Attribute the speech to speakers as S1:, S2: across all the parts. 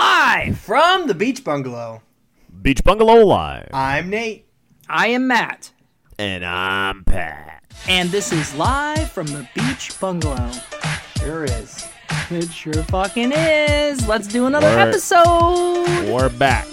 S1: Live.
S2: From the Beach Bungalow,
S1: Beach Bungalow Live.
S2: I'm Nate.
S3: I am Matt,
S1: And I'm Pat.
S3: and this is live from the beach bungalow.
S2: Sure is.
S3: It sure fucking is. Let's do another
S1: Word.
S3: episode.
S1: We're back.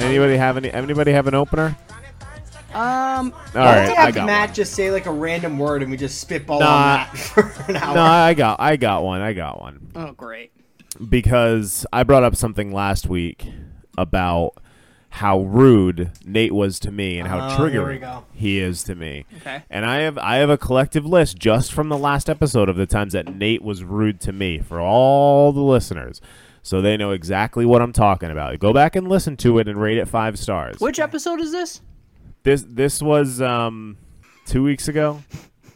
S1: Anybody have any? Anybody have an opener?
S3: Um,
S2: Why
S1: All right,
S2: don't we
S1: I
S2: have
S1: got
S2: Matt
S1: one.
S2: just say like a random word and we just spitball
S1: Nah.
S2: on that for an hour?
S1: No, I got, I got one. I got one
S3: oh great.
S1: because I brought up something last week about how rude Nate was to me and how
S2: Oh,
S1: triggering
S2: here we go.
S1: he is to me.
S3: Okay.
S1: And I have I have a collective list just from the last episode of the times that Nate was rude to me for all the listeners. So they know exactly what I'm talking about. Go back and listen to it and rate it 5 stars.
S3: Which episode is this?
S1: This this was um 2 weeks ago.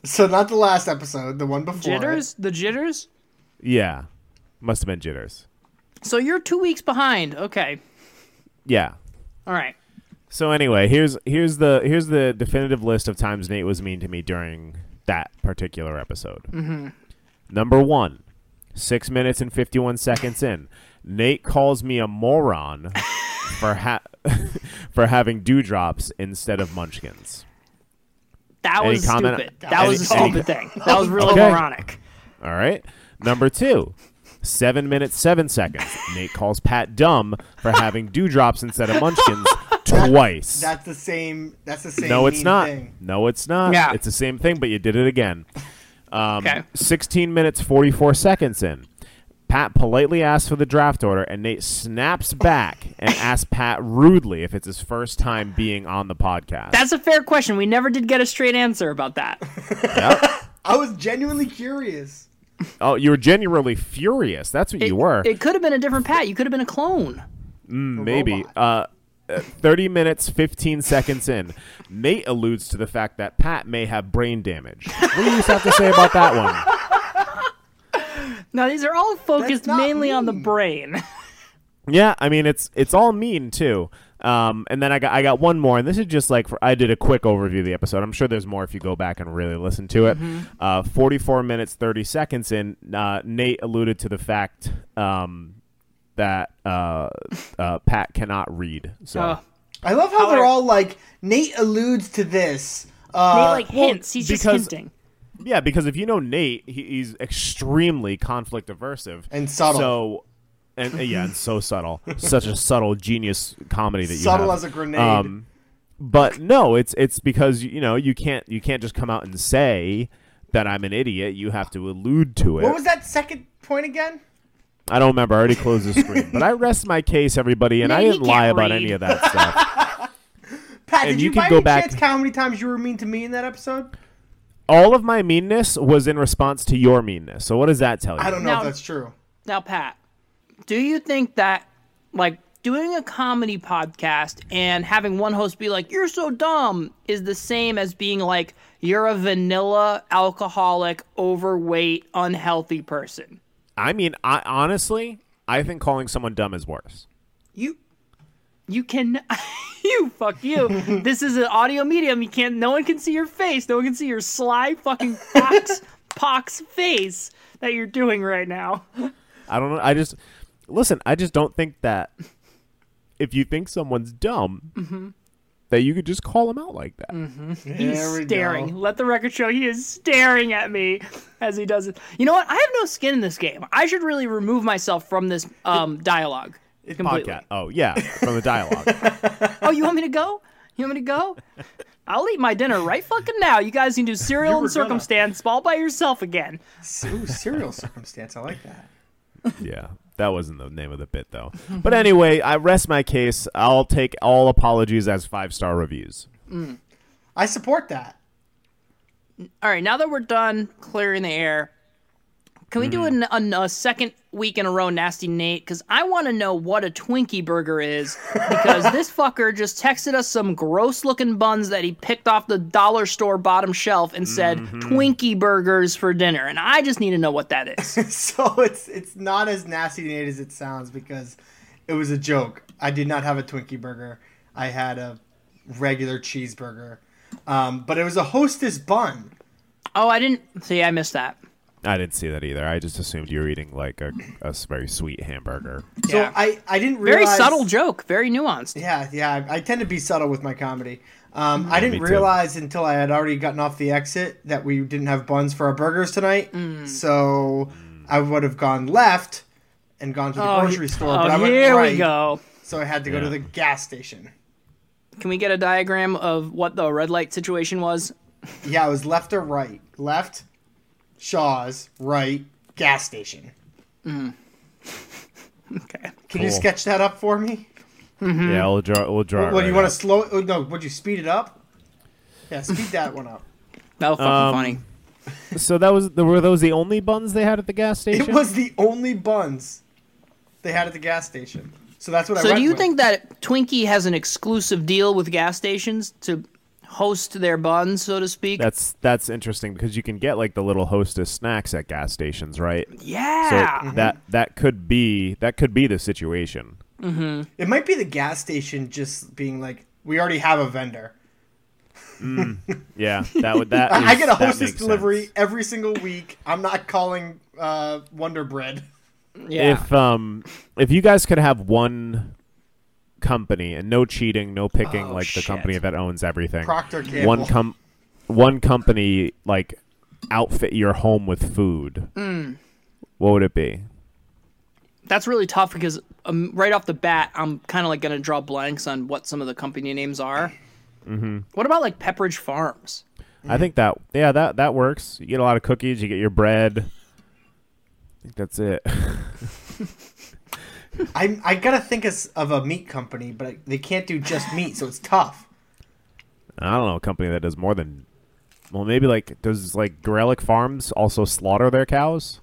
S2: So not the last episode, the one before. it.
S3: Jitters? The jitters?
S1: Yeah. Must have been jitters.
S3: So you're two weeks behind. Okay.
S1: Yeah.
S3: All right.
S1: So anyway, here's here's the here's the definitive list of times Nate was mean to me during that particular episode. Mm-hmm. Number one, six minutes and fifty one seconds in, Nate calls me a moron for ha- for having dewdrops instead of munchkins.
S3: That
S1: Any
S3: was
S1: comment?
S3: stupid. That
S1: Any-
S3: was a
S1: any-
S3: stupid thing. That was really
S1: Okay.
S3: moronic.
S1: All right. Number two, seven minutes seven seconds. Nate calls Pat dumb for having dewdrops instead of munchkins twice.
S2: That's the same. That's the same.
S1: No, it's
S2: mean
S1: not.
S2: Thing.
S1: No, it's not.
S3: Yeah.
S1: It's the same thing, but you did it again. Um,
S3: Okay.
S1: 16 minutes, 44 seconds in. Pat politely asks for the draft order, and Nate snaps back and asks Pat rudely if it's his first time being on the podcast.
S3: That's a fair question. We never did get a straight answer about that.
S2: I was genuinely curious.
S1: oh, you were genuinely furious. That's what you were.
S3: It could have been a different Pat. You could have been a clone.
S1: Maybe.
S2: robot.
S1: Uh, uh, 30 minutes, 15 seconds in. Nate alludes to the fact that Pat may have brain damage. What do you just have to say about that one?
S3: Now these are all focused
S2: That's not
S3: mainly on the
S2: mean.
S3: brain.
S1: Yeah, I mean it's it's all mean too. Um, and then I got I got one more, and this is just like for, I did a quick overview of the episode. I'm sure there's more if you go back and really listen to it. Uh, 44 minutes 30 seconds in, uh, Nate alluded to the fact um, that uh, uh, Pat cannot read. So
S3: Uh,
S2: I love how
S3: How
S2: they're
S3: are-
S2: all like Nate alludes to this. Uh,
S3: They like hints. He's
S1: because-
S3: just hinting.
S1: yeah, because if you know Nate, he, he's extremely conflict aversive
S2: And subtle.
S1: So. And uh, yeah, and so subtle, such a subtle genius comedy that you
S2: Subtle
S1: have. Um,
S2: as a grenade.
S1: but no, it's it's because you know you can't you can't just come out and say that I'm an idiot. You have to allude to it.
S2: what was that second point again?
S1: I don't remember. I already closed the screen, but I rest my case, everybody, and
S3: No,
S1: I
S3: he
S1: didn't lie
S3: can't
S1: about
S3: read.
S1: any of that stuff.
S2: Pat,
S1: And
S2: did
S1: you
S2: you,
S1: can
S2: by
S1: go
S2: any
S1: back-
S2: chance count how many times you were mean to me in that episode?
S1: All of my meanness was in response to your meanness. So what does that tell you?
S2: I don't know
S3: Now-
S2: if that's true.
S3: Now, Pat, do you think that, like, doing a comedy podcast and having one host be like, you're so dumb, is the same as being like, you're a vanilla, alcoholic, overweight, unhealthy person?
S1: I mean, I honestly, I think calling someone dumb is worse.
S3: You. You can, you fuck you. this is an audio medium. You can't. No one can see your face. No one can see your sly fucking fox, pox face that you're doing right now.
S1: I don't know. I just listen. I just don't think that if you think someone's dumb, that you could just call them out like that.
S3: He's
S2: There we
S3: staring.
S2: go.
S3: Let the record show he is staring at me as he does it. You know what? I have no skin in this game. I should really remove myself from this um, dialogue completely.
S1: Podcast. Oh yeah, from the dialogue.
S3: Oh, you want me to go? You want me to go? I'll eat my dinner right fucking now. You guys can do
S2: You
S3: cereal
S2: were
S3: and
S2: gonna.
S3: circumstance all by yourself again.
S2: Ooh, serial circumstance. I like that.
S1: Yeah, that wasn't the name of the bit though. But anyway, I rest my case. I'll take all apologies as five star reviews.
S2: I support that.
S3: All right, now that we're done clearing the air, Can we do
S2: Mm-hmm.
S3: an, an, a second week in a row, Nasty Nate? Because I want to know what a Twinkie burger is. Because this fucker just texted us some gross looking buns that he picked off the dollar store bottom shelf and said
S2: Mm-hmm.
S3: Twinkie burgers for dinner. And I just need to know what that is.
S2: so it's it's not as nasty Nate as it sounds because it was a joke. I did not have a Twinkie burger. I had a regular cheeseburger, um, but it was a Hostess bun.
S3: oh, I didn't see. I missed that.
S1: I didn't see that either. I just assumed you were eating like a, a s- very sweet hamburger.
S2: So
S3: Yeah.
S2: I I didn't
S3: Very
S2: realize
S3: subtle joke. Very nuanced.
S2: Yeah, yeah. I, I tend to be subtle with my comedy. Um, I didn't
S1: Mm. me too.
S2: realize until I had already gotten off the exit that we didn't have buns for our burgers tonight.
S3: Mm.
S2: So I would have gone left and gone to the grocery store,
S3: oh,
S2: but I went
S3: here
S2: right,
S3: we go.
S2: so I had to go to
S1: Yeah.
S2: the gas station.
S3: Can we get a diagram of what the red light situation was?
S2: Yeah, it was left or right. Left, Shaw's. Right, gas station.
S3: Okay.
S2: Can you
S1: Cool.
S2: sketch that up for me?
S1: Yeah, we'll draw. We'll draw. it
S2: Well, do you
S1: right
S2: want
S1: up.
S2: to slow? Oh, no, would you speed it up? Yeah, speed that one up.
S3: That was fucking
S1: Um,
S3: funny.
S1: So that was the, were those the only buns they had at the gas station?
S2: It was the only buns they had at the gas station. So that's what I.
S3: So, do
S2: went
S3: you
S2: with.
S3: think that Twinkie has an exclusive deal with gas stations to host their buns, so to speak?
S1: That's that's interesting because you can get like the little hostess snacks at gas stations, right? So
S3: yeah.
S1: that that could be that could be the situation.
S2: it might be the gas station just being like, "We already have a vendor.
S1: Yeah, that would that.
S2: I I
S1: is-
S2: get a
S1: that
S2: hostess
S1: makes
S2: delivery
S1: sense.
S2: every single week. I'm not calling uh, Wonder Bread."
S3: yeah.
S1: If um if you guys could have one company and no cheating, no picking,
S3: Oh,
S1: like
S3: shit.
S1: the company that owns everything.
S2: Procter Gamble.
S1: One com, one company like outfit your home with food.
S2: Mm.
S1: What would it be?
S3: That's really tough because um, right off the bat, I'm kind of like going to draw blanks on what some of the company names are.
S1: Mm-hmm.
S3: What about like Pepperidge Farms?
S1: I think that yeah that that works. You get a lot of cookies. You get your bread. I think that's it.
S2: I I gotta think as, of a meat company, but they can't do just meat, so it's tough.
S1: I don't know a company that does more than well maybe like does like Gorelick Farms also slaughter their cows?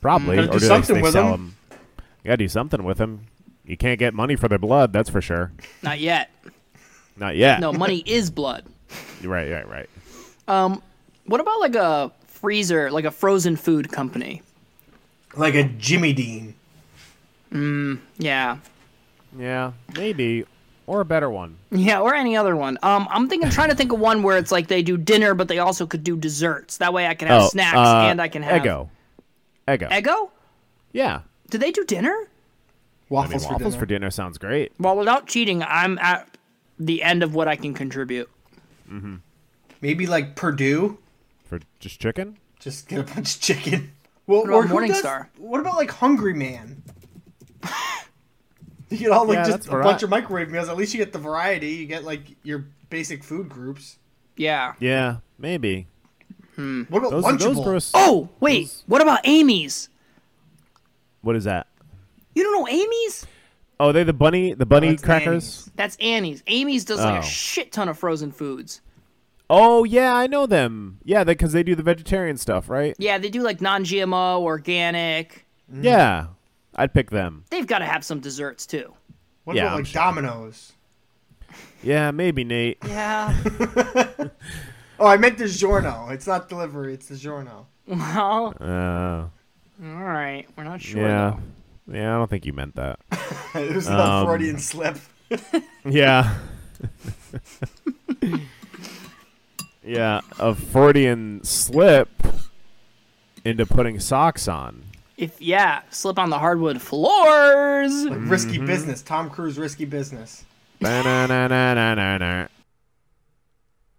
S1: Probably
S2: Gotta do
S1: they-
S2: something
S1: they
S2: with
S1: sell
S2: 'em.
S1: them. You gotta do something with them. You can't get money for their blood. That's for sure.
S3: Not yet.
S1: Not yet.
S3: No, money is blood.
S1: Right. Right. Right.
S3: What about like a freezer, like a frozen food company?
S2: Like a Jimmy Dean.
S3: Yeah.
S1: Yeah. Maybe or a better one.
S3: Yeah, or any other one. Um, I'm thinking, trying to think of one where it's like they do dinner, but they also could do desserts. That way, I can have snacks
S1: uh,
S3: and I can have
S1: Eggo. Eggo.
S3: Eggo?
S1: yeah.
S3: Do they do dinner?
S1: I mean,
S2: Waffles, for,
S1: waffles
S2: dinner.
S1: for dinner sounds great.
S3: Well, without cheating, I'm at the end of what I can contribute.
S2: Maybe like Purdue.
S1: For just chicken.
S2: Just get a bunch of chicken. Well,
S3: about
S2: or who does-
S3: Morningstar?
S2: What about like Hungry Man? you get all like
S1: Yeah,
S2: just
S1: that's
S2: a
S1: vari-
S2: bunch of microwave meals. At least you get the variety. You get like your basic food groups.
S3: Yeah.
S1: Yeah. Maybe.
S2: What about
S1: Those
S2: Lunchable?
S1: those gross.
S3: Oh, wait. What about Amy's?
S1: What is that?
S3: You don't know Amy's?
S1: Oh, are they the bunny the bunny
S2: that's
S1: crackers.
S3: That's Annie's. Amy's does like
S1: Oh.
S3: a shit ton of frozen foods.
S1: Oh yeah, I know them. Yeah, because they do the vegetarian stuff, right?
S3: Yeah, they do like non-GMO, organic.
S1: Yeah, I'd pick them.
S3: They've got to have some desserts too.
S2: What
S1: Yeah,
S2: about
S1: I'm
S2: like
S1: sure.
S2: Domino's?
S1: Yeah, maybe Nate.
S3: Yeah.
S2: Oh, I meant the Giorno. It's not delivery. It's the Giorno.
S3: well, all
S1: Uh,
S3: right. We're not sure.
S1: yeah,
S3: though.
S1: yeah. I don't think you meant that.
S2: it was not
S1: Um,
S2: Freudian slip.
S1: yeah. yeah, a Freudian slip into putting socks on.
S3: If yeah, slip on the hardwood floors.
S2: Like risky
S1: mm-hmm.
S2: business. Tom Cruise, risky business.
S1: Ba-na-na-na-na-na-na.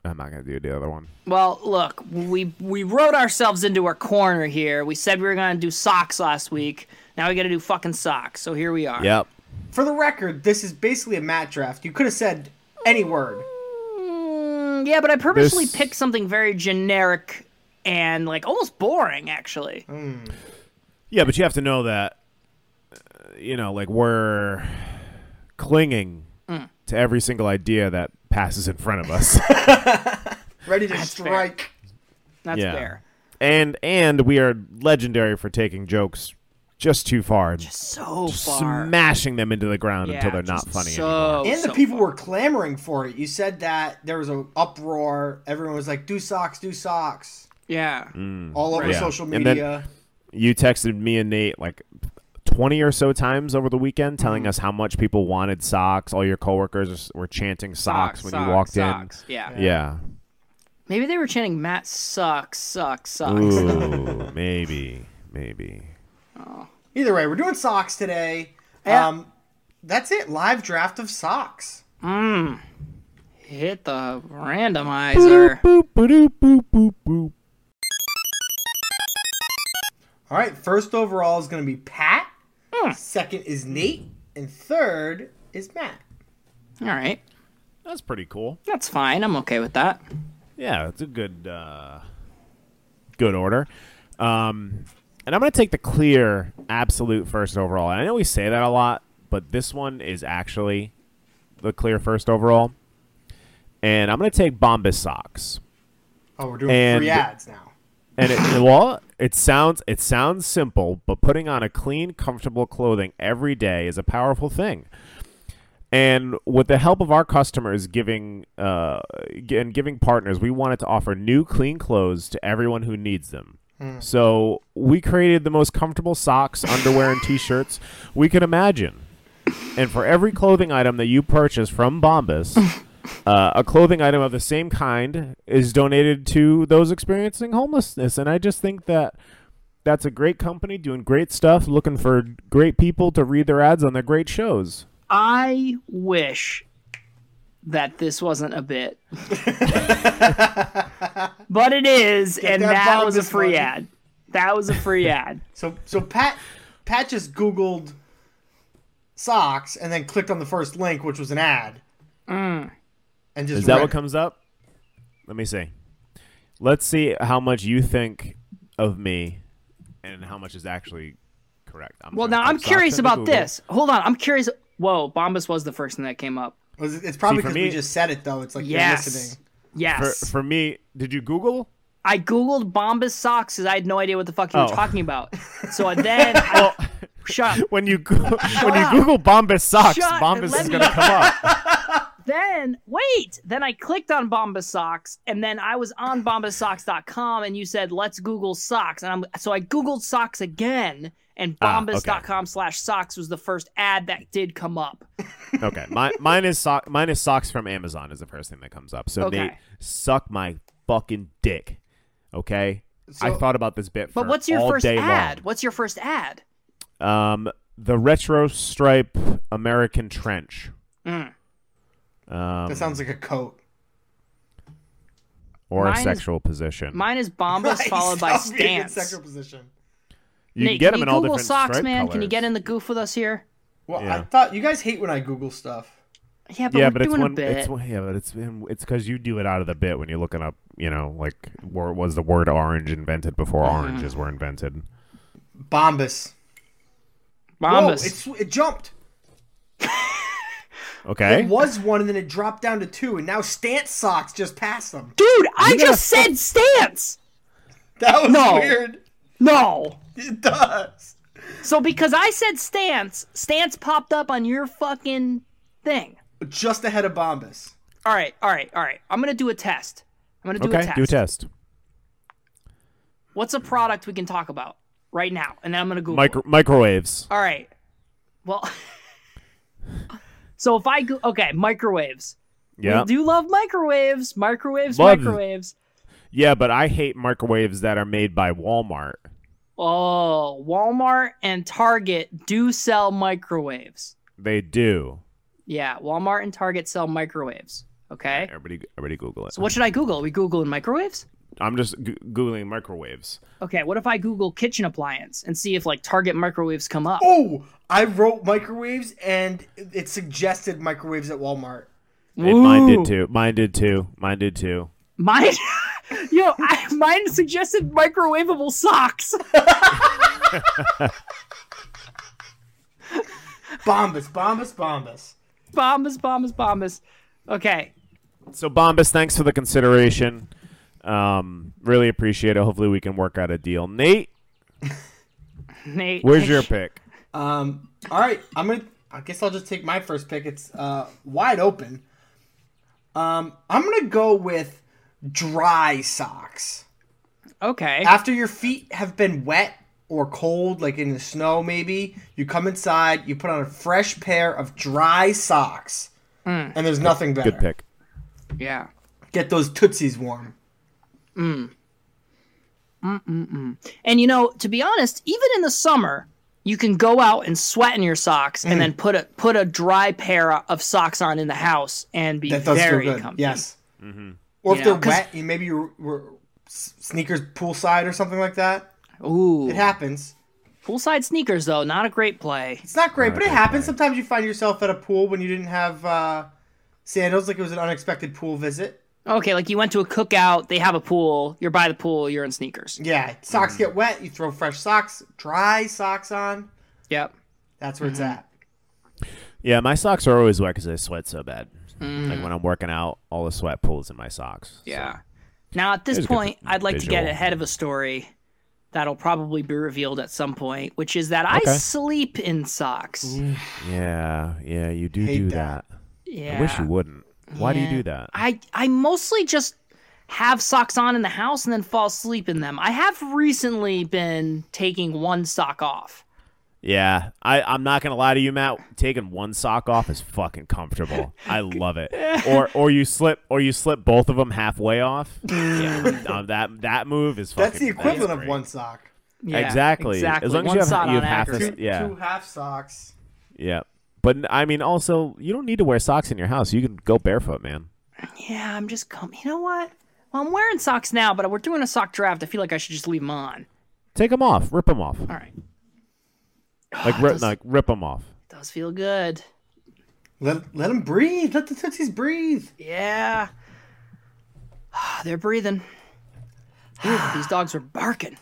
S1: I'm not gonna do the other one.
S3: Well, look, we we wrote ourselves into our corner here. We said we were gonna do socks last week. Now we gotta do fucking socks. So here we are.
S1: Yep.
S2: For the record, this is basically a Matt draft. You could have said any word.
S3: Mm, yeah, but I purposely
S1: This-
S3: picked something very generic and like almost boring, actually.
S1: Yeah, but you have to know that, uh, you know, like we're clinging
S3: Mm.
S1: to every single idea that passes in front of us.
S2: Ready to
S3: That's fair.
S2: strike.
S3: That's
S1: yeah.
S3: fair.
S1: and and we are legendary for taking jokes just too far, and
S3: so far.
S1: smashing them into the ground
S3: Yeah,
S1: until they're not
S3: just
S1: funny
S3: so
S1: anymore.
S2: And the
S3: so
S2: people
S3: far.
S2: were clamoring for it. You said that there was an uproar. Everyone was like, "Do socks, do socks,"
S3: Yeah.
S1: Mm,
S2: all over
S1: Hmm. Yeah.
S2: social
S1: And then-
S2: media.
S1: You texted me and Nate like. 20 or so times over the weekend
S3: Mm.
S1: telling us how much people wanted socks all your coworkers were chanting socks, when you walked
S3: socks. Yeah.
S1: in yeah
S3: Maybe they were chanting Matt sucks, sucks, sucks.
S1: Ooh, maybe, maybe.
S2: Either way, we're doing socks today.
S3: Yeah.
S2: Um, that's it. Live draft of socks.
S3: Hit the randomizer.
S1: Boop, boop, boop, boop, boop.
S2: All right. First overall is going to be Pat.
S3: Hmm.
S2: Second is Nate, and third is Matt.
S3: All right.
S1: That's pretty cool.
S3: That's fine. I'm okay with that.
S1: Yeah, it's a good, uh, good order. Um, and I'm gonna take the clear, absolute first overall. And I know we say that a lot, but this one is actually the clear first overall. And I'm gonna take Bombas socks.
S2: Oh, we're doing
S1: And-
S2: free ads now.
S1: And it, well, it sounds it sounds simple, but putting on a clean, comfortable clothing every day is a powerful thing. And with the help of our customers giving uh, g- and giving partners, we wanted to offer new clean clothes to everyone who needs them. So we created the most comfortable socks, underwear, and t-shirts we could imagine. And for every clothing item that you purchase from Bombas, uh, a clothing item of the same kind is donated to those experiencing homelessness. And I just think that that's a great company doing great stuff, looking for great people to read their ads on their great shows.
S3: I wish that this wasn't a bit. but it is, and
S2: that
S3: that
S2: bottom
S3: was a
S2: this
S3: free
S2: money.
S3: ad. That was a free ad.
S2: So so Pat Pat just Googled socks and then clicked on the first link, which was an ad. And just
S1: Is that
S2: read
S1: what
S2: it.
S1: comes up? Let me see. Let's see how much you think of me and how much is actually correct. I'm
S3: Well,
S1: gonna
S3: now
S1: type
S3: I'm
S1: socks
S3: curious
S1: into
S3: about
S1: Google.
S3: this. Hold on. I'm curious. Whoa, Bombas was the first thing that came up.
S2: Was it- It's probably
S1: for
S2: because we
S1: me-
S2: just said it though. It's like
S3: Yes.
S2: you're listening.
S1: For,
S3: Yes.
S1: for me, did you Google?
S3: I Googled Bombas socks because I had no idea what the fuck you were
S1: Oh.
S3: talking about. So then I. Shut up.
S1: When you go- when
S3: up.
S1: you Google Bombas socks,
S3: Shut-
S1: Bombas
S3: let
S1: is
S3: me-
S1: going to come up.
S3: Then wait. Then I clicked on Bombas socks, and then I was on BombasSocks.com, and you said let's Google socks, and I'm so I Googled socks again, and
S1: Ah,
S3: Bombas.com/socks was the first ad that did come up.
S1: Okay, my, mine is sock. Mine is socks from Amazon is the first thing that comes up. So
S3: Okay.
S1: Nate, suck my fucking dick. Okay, I
S2: So-
S1: thought about this bit.
S3: But
S1: for
S3: what's your
S1: all
S3: first
S1: day
S3: ad?
S1: long.
S3: What's your first ad?
S1: Um, the retro stripe American trench. Um,
S2: That sounds like a coat.
S1: or
S3: Mine
S1: a
S3: is-
S1: sexual position.
S3: Mine is Bombas followed by
S2: Stop being in
S3: stance.
S2: Second position.
S1: you
S3: Nate,
S1: can get
S3: can
S1: them
S3: you
S1: in all
S3: Google
S1: different
S3: socks,
S1: stripe
S3: man? Can you
S1: colors.
S3: get in the goof with us here?
S2: Well, I
S1: Yeah.
S2: thought you guys hate when I Google stuff.
S3: Yeah, but
S1: Yeah,
S3: we're
S1: but it's
S3: doing
S1: one.
S3: a bit.
S1: It's one. Yeah, but it's it's because you do it out of the bit when you're looking up. You know, like where was the word orange invented before
S3: Mm-hmm.
S1: oranges were invented?
S2: Bombas. Whoa,
S3: Bombas.
S2: it's, it jumped.
S1: Okay.
S2: It was one and then it dropped down to two, and now stance socks just passed them.
S3: Dude, I
S1: gotta
S3: just said stance.
S2: That was
S3: No.
S2: weird.
S3: No.
S2: It does.
S3: So because I said stance, stance popped up on your fucking thing.
S2: Just ahead of Bombas.
S3: All right, all right, all right. I'm gonna do a test. I'm gonna do a
S1: okay.
S3: test.
S1: Do a test.
S3: What's a product we can talk about right now? And then I'm gonna Google. it.
S1: Micro- microwaves.
S3: All right. Well. so if I go, okay, microwaves.
S1: Yeah.
S3: We do love microwaves. Microwaves.
S1: Love-
S3: Microwaves.
S1: yeah, but I hate microwaves that are made by Walmart.
S3: Oh, Walmart and Target do sell microwaves.
S1: They do.
S3: Yeah, Walmart and Target sell microwaves. Okay.
S1: Everybody, everybody Google it.
S3: So what should I Google? Are we Googling microwaves?
S1: I'm just g- googling microwaves.
S3: Okay, what if I Google kitchen appliance and see if like Target microwaves come up?
S2: Oh, I wrote microwaves and it suggested microwaves at Walmart.
S1: It, mine
S3: Ooh.
S1: did too. Mine did too. Mine did too.
S3: Mine, yo, I, mine suggested microwavable socks.
S2: Bombas, Bombas, Bombas.
S3: Bombas, bombas, bombas. Okay,
S1: So Bombas, thanks for the consideration. Um, really appreciate it. Hopefully, we can work out a deal. Nate,
S3: Nate,
S1: where's your pick?
S2: Um, all right, I'm gonna. I guess I'll just take my first pick. It's uh, wide open. Um, I'm gonna go with dry socks.
S3: okay.
S2: After your feet have been wet or cold, like in the snow, maybe you come inside, you put on a fresh pair of dry socks, and there's nothing better.
S1: Good pick.
S3: Yeah.
S2: Get those tootsies warm.
S3: And you know, to be honest, even in the summer, you can go out and sweat in your socks,
S2: Mm.
S3: and then put a put a dry pair of socks on in the house and be
S2: That does
S3: very
S2: feel good.
S3: comfy.
S2: Yes.
S1: Mm-hmm.
S2: Or if
S3: You know,
S2: they're
S3: 'cause-
S2: wet, you maybe you were s- sneakers poolside or something like that.
S3: Ooh.
S2: It happens.
S3: Poolside sneakers though, not a great play.
S2: It's not great, but it happens. Sometimes you find yourself at a pool when you didn't have uh, sandals, like it was an unexpected pool visit.
S3: Okay, like you went to a cookout, they have a pool, you're by the pool, you're in sneakers.
S2: Yeah,
S1: Mm-hmm.
S2: socks get wet. You throw fresh socks, dry socks on.
S3: Yep.
S2: That's where it's
S1: Mm-hmm.
S2: at.
S1: Yeah, my socks are always wet because I sweat so bad. Like when I'm working out, all the sweat pools in my socks.
S3: Mm. Yeah. Now at this
S1: There's a good
S3: point, I'd like to
S1: visual.
S3: get ahead of a story that'll probably be revealed at some point, which is that
S1: Okay.
S3: I sleep in socks.
S1: Yeah, yeah, you do
S2: Hate
S1: do that.
S2: that.
S3: Yeah.
S1: I wish you wouldn't. Why do you
S3: Yeah.
S1: do that?
S3: I I mostly just have socks on in the house and then fall asleep in them. I have recently been taking one sock off.
S1: Yeah, I, I'm not gonna lie to you, Matt. Taking one sock off is fucking comfortable. I love it. Or or you slip or you slip both of them halfway off. Yeah, um, that that move is fucking.
S2: That's the equivalent of
S1: great.
S2: one sock.
S3: Yeah,
S1: Exactly.
S3: Exactly.
S1: As long
S3: one
S1: as you
S3: sock
S1: have, you
S3: on
S1: have half
S3: average.
S1: a, yeah
S2: Two half socks.
S1: yeah. But n- I mean, also you don't need to wear socks in your house. You can go barefoot, man.
S3: Yeah, I'm just com You know what? Well, I'm wearing socks now, but we're doing a sock draft. I feel like I should just leave them on.
S1: Take them off. Rip them off.
S3: All right.
S1: Like rip like rip them off.
S3: Does feel good.
S2: Let let them breathe. Let the tootsies breathe.
S3: Yeah. They're breathing. These dogs are barking.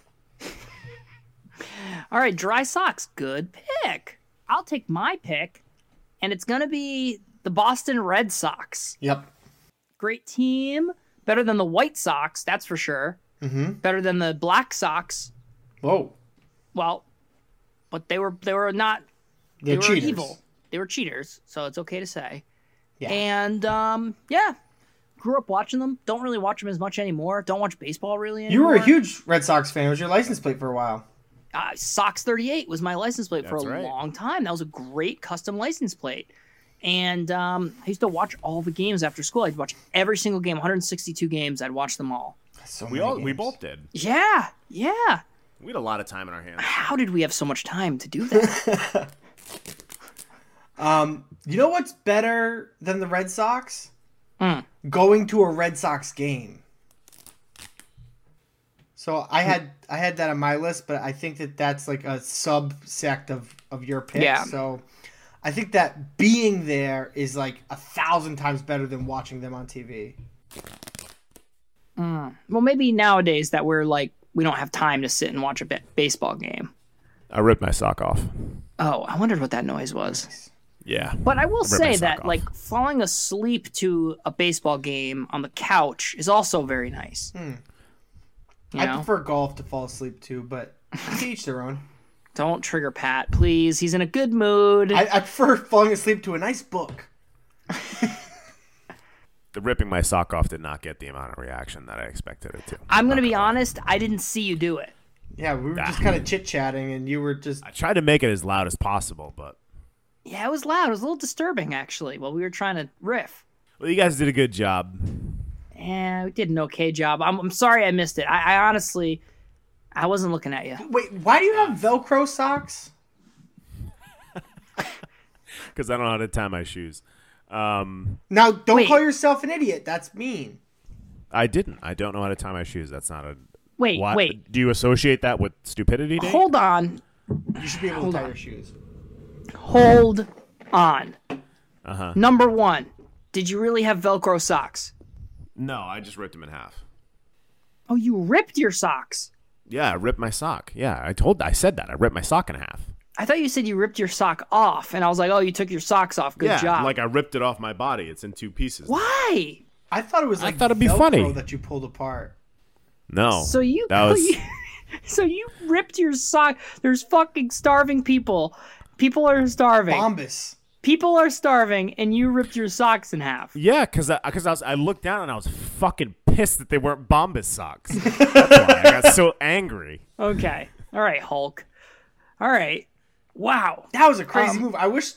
S3: All right, dry socks. Good pick. I'll take my pick, and it's going to be the Boston Red Sox.
S2: Yep.
S3: Great team. Better than the White Sox, that's for sure. Mm-hmm. Better than the Black Sox.
S2: Whoa.
S3: Well, but they were they were not
S2: They're
S3: they were
S2: cheaters.
S3: evil. They were cheaters, so it's okay to say.
S2: Yeah.
S3: And um, yeah, grew up watching them. Don't really watch them as much anymore. Don't watch baseball really
S2: You
S3: anymore.
S2: were a huge Red Sox fan. It was your license plate for a while.
S3: uh, Sox 38 was my license plate for
S1: That's
S3: a
S1: right.
S3: long time. That was a great custom license plate. And um, I used to watch all the games after school. I'd watch every single game, 162 games. I'd watch them all.
S2: So
S1: We
S2: many
S1: all we
S2: games.
S1: both did.
S3: Yeah, yeah.
S1: We had a lot of time in our hands.
S3: How did we have so much time to do that?
S2: Um, you know what's better than the Red Sox?
S1: Hmm.
S2: Going to a Red Sox game. So I
S1: Hmm.
S2: had I had that on my list, but I think that that's like a subsect of of your pick.
S3: Yeah.
S2: So I think that being there is like a thousand times better than watching them on TV.
S3: well, maybe nowadays that we're like we don't have time to sit and watch a ba- baseball game.
S1: I ripped my sock off.
S3: Oh, I wondered what that noise was.
S1: Yeah.
S3: But I will
S1: Rip my
S3: say
S1: sock
S3: that
S1: off.
S3: like falling asleep to a baseball game on the couch is also very nice. You
S2: Hmm. I
S3: know,
S2: prefer golf to fall asleep to, but to each their own.
S3: don't trigger Pat, please. He's in a good mood.
S2: I, I prefer falling asleep to a nice book.
S1: The ripping my sock off did not get the amount of reaction that I expected it to.
S3: I'm gonna be honest. I didn't see you do it.
S2: Yeah, we were just kind of chit chatting, and you were just
S1: I tried to make it as loud as possible, but
S3: Yeah, it was loud. It was a little disturbing actually. While we were trying to riff.
S1: well, you guys did a good job.
S3: Yeah, we did an okay job. I'm, I'm sorry I missed it. I, I honestly, I wasn't looking at you.
S2: wait. Why do you have Velcro socks?
S1: because I don't know how to tie my shoes. Um,
S2: Now, don't
S3: Wait.
S2: call yourself an idiot. That's mean.
S1: I didn't. I don't know how to tie my shoes. That's not a.
S3: Wait,
S1: Why-
S3: wait,
S1: Do you associate that with stupidity? Dave?
S3: hold on,
S2: You should be able to tie your shoes.
S3: hold on.
S1: Uh-huh.
S3: Number one, did you really have Velcro socks?
S1: No, I just ripped them in half.
S3: Oh, you ripped your socks.
S1: Yeah, I ripped my sock. Yeah, I told. I said that. I ripped my sock in half.
S3: I thought you said you ripped your sock off, and I was like, oh, you took your socks off. Good
S1: yeah,
S3: job.
S1: like I ripped it off my body. It's in two pieces.
S3: Why?
S2: I thought it was.
S1: I
S2: Like
S1: thought it'd be
S2: Velcro
S1: funny.
S2: that you pulled apart.
S1: No.
S3: So you,
S1: Oh, That was.
S3: so you ripped your sock. There's fucking starving people. People are starving.
S2: Bombas.
S3: People are starving, and you ripped your socks in half.
S1: Yeah, because I, 'cause I was I looked down and I was fucking pissed that they weren't Bombas socks. That's why I got so angry.
S3: Okay. All right, Hulk. All right. Wow.
S2: That was a crazy
S1: Um,
S2: move. I wish,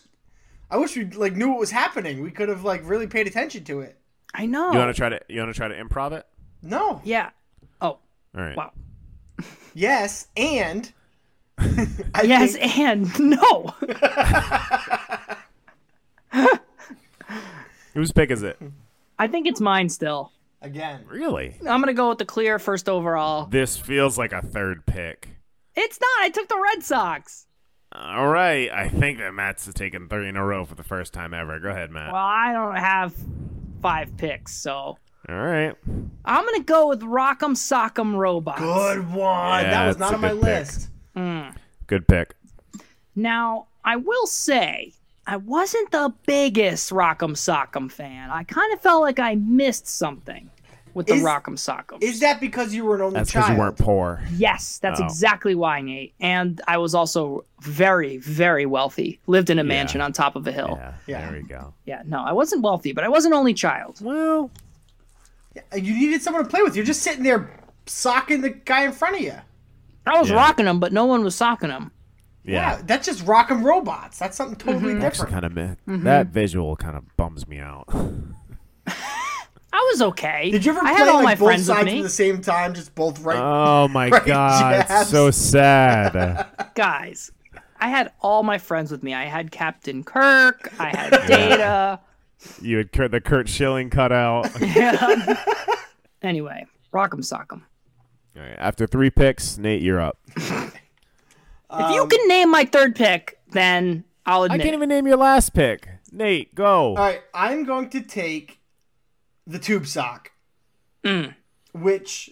S2: I wish we like knew what was happening. We could have like really paid attention to it.
S3: I know.
S1: You want to try to you want to try to improv it?
S2: No.
S3: yeah. Oh,
S1: All right.
S3: wow.
S2: Yes, and. I
S3: Yes,
S2: think-
S3: and no.
S1: Whose pick is it?
S3: I think it's mine still.
S2: again.
S1: Really?
S3: I'm going to go with the clear first overall.
S1: This feels like a third pick.
S3: It's not. I took the Red Sox.
S1: All right, I think that Matt's taken three in a row for the first time ever. Go ahead, Matt.
S3: Well, I don't have five picks, so
S1: All right.
S3: I'm going to go with Rock'em Sock'em Robots.
S2: Good one.
S1: Yeah,
S2: that was
S1: that's
S2: not
S1: a
S2: on my
S1: good pick.
S2: list.
S1: Good pick.
S3: Now, I will say, I wasn't the biggest Rock'em Sock'em fan. I kind of felt like I missed something with the
S2: Is-
S3: Rock'em Sock'em.
S2: Is that because you were an only
S1: That's because
S2: child?
S1: you weren't poor.
S3: yes, that's
S1: Oh.
S3: exactly why, Nate. And I was also very, very wealthy. Lived in a mansion on top of a hill. Yeah.
S1: Yeah,
S2: Yeah.
S1: There we go.
S3: no, I wasn't wealthy, but I was an only child.
S1: Well,
S2: You needed someone to play with. You're just sitting there socking the guy in front of you.
S3: I was
S1: Yeah.
S3: rocking them, but no one was socking them.
S1: yeah. Mm-hmm.
S2: that's just rock'em robots. That's something totally different.
S1: Kind of that visual kind of bums me out.
S3: I was okay.
S2: Did you ever
S3: I
S2: play
S3: had all
S2: like
S3: my
S2: both
S3: friends with
S2: sides
S3: me.
S2: at the same time, just both right?
S1: Oh my
S2: Right,
S1: god,
S2: Jabs.
S1: so sad.
S3: Guys, I had all my friends with me. I had Captain Kirk. I had Data.
S1: you had Kurt, the Kurt Schilling cutout.
S3: anyway, Rock'em Sock'em.
S1: All right, after three picks, Nate, you're up.
S3: if you can name my third pick, then I'll
S1: Um, I
S3: admit.
S1: can't
S3: it.
S1: even name your last pick. Nate, go.
S2: All right, I'm going to take the tube sock,
S3: Mm.
S2: which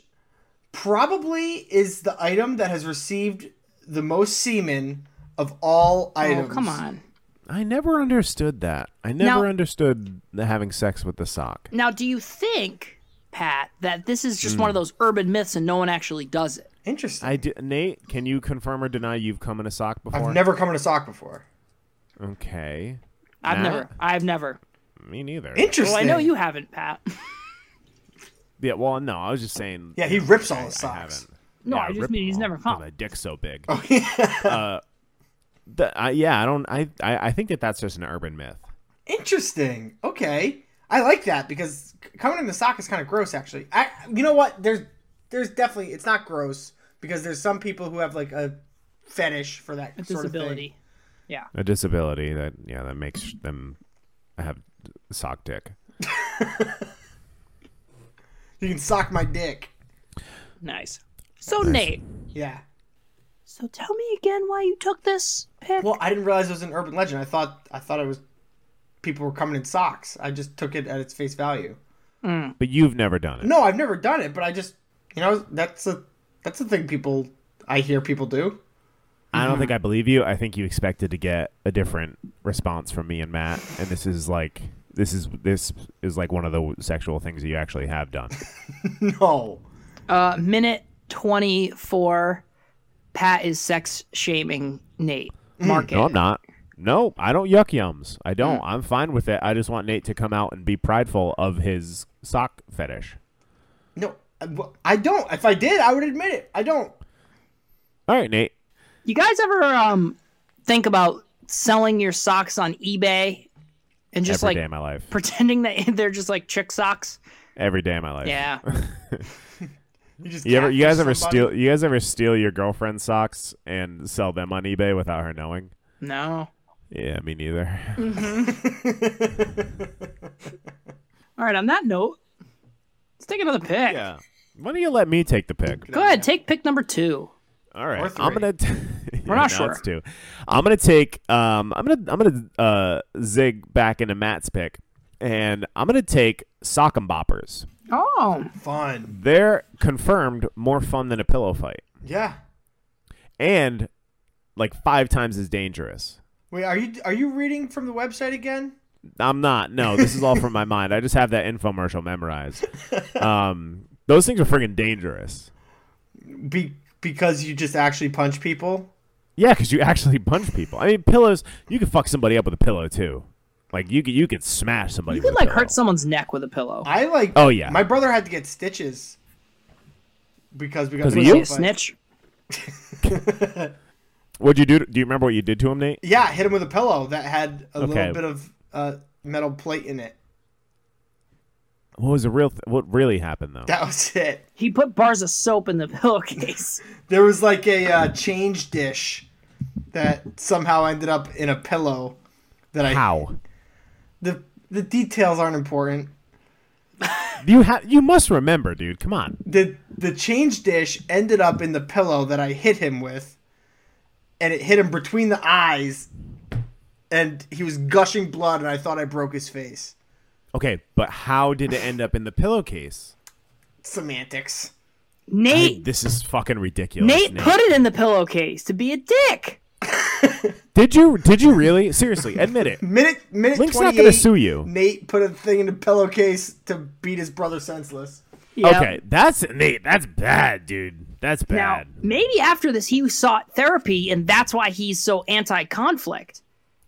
S2: probably is the item that has received the most semen of all
S3: Oh,
S2: items.
S3: come on.
S1: I never understood that. I never
S3: Now-
S1: understood the having sex with the sock.
S3: Now, do you think, Pat, that this is just one of those urban myths and no one actually does it?
S2: Interesting.
S1: I d- Nate, can you confirm or deny you've come in a sock before?
S2: I've never come in a sock before.
S1: Okay.
S3: I've
S1: Nah.
S3: never. I've never.
S1: Me neither.
S2: Interesting.
S3: Well, I know you haven't, Pat.
S1: Yeah. Well, no. I was just saying.
S2: Yeah, he rips all
S1: I-
S2: his
S1: I haven't.
S2: socks.
S3: No,
S1: Yeah,
S3: I just
S1: rip
S3: mean he's
S1: them all
S3: never
S1: 'cause
S3: come.
S1: My dick's so big. Uh,
S2: yeah.
S1: The- I- yeah, I don't. I, I I think that that's just an urban myth.
S2: Interesting. Okay, I like that because c- coming in the sock is kind of gross. Actually, I you know what? There's there's definitely it's not gross because there's some people who have like a fetish for that sort
S3: Disability.
S1: A disability that yeah that makes them have sock dick.
S2: of thing. You can sock my dick.
S3: Nice. So Nate,
S2: Yeah.
S3: so tell me again why you took this pick.
S2: Well, I didn't realize it was an urban legend. I thought I thought it was people were coming in socks. I just took it at its face value.
S1: But you've never done it.
S2: No, I've never done it, but I just you know that's a that's a thing people I hear people do.
S1: I don't
S3: Mm-hmm.
S1: think I believe you. I think you expected to get a different response from me and Matt, and this is like this is this is like one of the sexual things that you actually have done.
S2: No.
S3: Uh, minute 24, Pat is sex shaming Nate. Mark
S1: No,
S3: it.
S1: I'm not. No, I don't yuck yums. I don't.
S3: Mm.
S1: I'm fine with it. I just want Nate to come out and be prideful of his sock fetish.
S2: No. I- I don't. If I did, I would admit it. I don't.
S1: All right, Nate.
S3: You guys ever um think about selling your socks on eBay and
S1: Every
S3: just
S1: day
S3: like
S1: of my life.
S3: pretending that they're just like chick socks?
S1: Every day of my life.
S3: Yeah.
S2: You just
S1: You ever? You
S2: catfish
S1: guys ever
S2: somebody?
S1: steal? You guys ever steal your girlfriend's socks and sell them on eBay without her knowing?
S3: no.
S1: Yeah, me neither.
S3: All right, on that note, let's take another pick.
S1: yeah. Why don't you let me take the pick?
S3: Go ahead, take pick number 2.
S1: All right,
S2: Or
S1: I'm
S2: three.
S1: gonna. T-
S3: We're not
S1: Yeah,
S3: sure.
S1: now it's two. I'm gonna take. Um, I'm gonna. I'm gonna uh zig back into Matt's pick, and I'm gonna take sock'em boppers.
S3: Oh.
S2: Fun.
S1: They're confirmed more fun than a pillow fight,
S2: Yeah.
S1: and like five times as dangerous.
S2: Wait, are you are you reading from the website again?
S1: I'm not. No, this is all from my mind. I just have that infomercial memorized. Um, Those things are freaking dangerous.
S2: Be- because you just actually punch people.
S1: Yeah, because you actually punch people. I mean, pillows. You could fuck somebody up with a pillow too. Like you could you could smash somebody.
S3: You could
S1: with a
S3: like
S1: pillow.
S3: hurt someone's neck with a pillow.
S2: I like.
S1: Oh, yeah.
S2: My brother had to get stitches because we got
S1: Because of
S2: hit
S1: you?
S3: a
S2: by-
S3: snitch.
S1: What'd you do? to- do you remember what you did to him, Nate?
S2: Yeah, hit him with a pillow that had a
S1: Okay.
S2: little bit of uh, metal plate in it.
S1: What was the real? Th- what really happened though?
S2: That was it.
S3: He put bars of soap in the pillowcase.
S2: There was like a uh, change dish that somehow ended up in a pillow. That I
S1: How?
S2: the the details aren't important.
S1: You ha- You must remember, dude. Come on.
S2: the the change dish ended up in the pillow that I hit him with, and it hit him between the eyes, and he was gushing blood, and I thought I broke his face.
S1: Okay, but how did it end up in the pillowcase?
S2: Semantics.
S3: Nate,
S1: This is fucking ridiculous.
S3: Nate put it in the pillowcase to be a dick.
S1: Did you? Did you really? Seriously, admit it.
S2: Minute minute
S1: Link's not
S2: twenty-eight.
S1: gonna sue you.
S2: Nate put a thing in the pillowcase to beat his brother senseless.
S3: Yep.
S1: Okay, that's Nate. That's bad, dude. That's
S3: Now,
S1: bad.
S3: maybe after this, he sought therapy, and that's why he's so anti-conflict.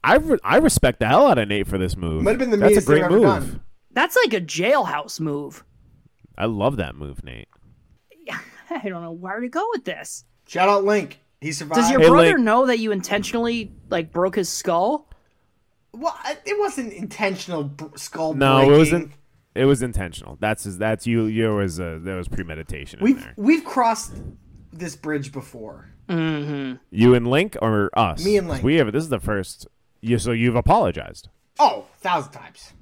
S1: I, re- I respect the hell out of Nate for this move.
S2: Might have been the
S1: That's a
S2: meanest thing
S1: great
S2: I've
S1: move.
S2: ever done.
S3: That's like a jailhouse move.
S1: I love that move, Nate.
S3: I don't know where to go with this.
S2: Shout out Link. He survived.
S3: Does your
S1: Uh, Hey,
S3: brother
S1: Link.
S3: know that you intentionally like broke his skull?
S2: well, I- it wasn't intentional br- skull
S1: No,
S2: breaking.
S1: it wasn't. It was intentional. That's his, that's you. There was a, there was premeditation in
S2: We've
S1: there.
S2: we've crossed this bridge before.
S1: You and Link or us?
S2: Me and Link.
S1: We have. This is the first. You so you've apologized.
S2: Oh, thousand times.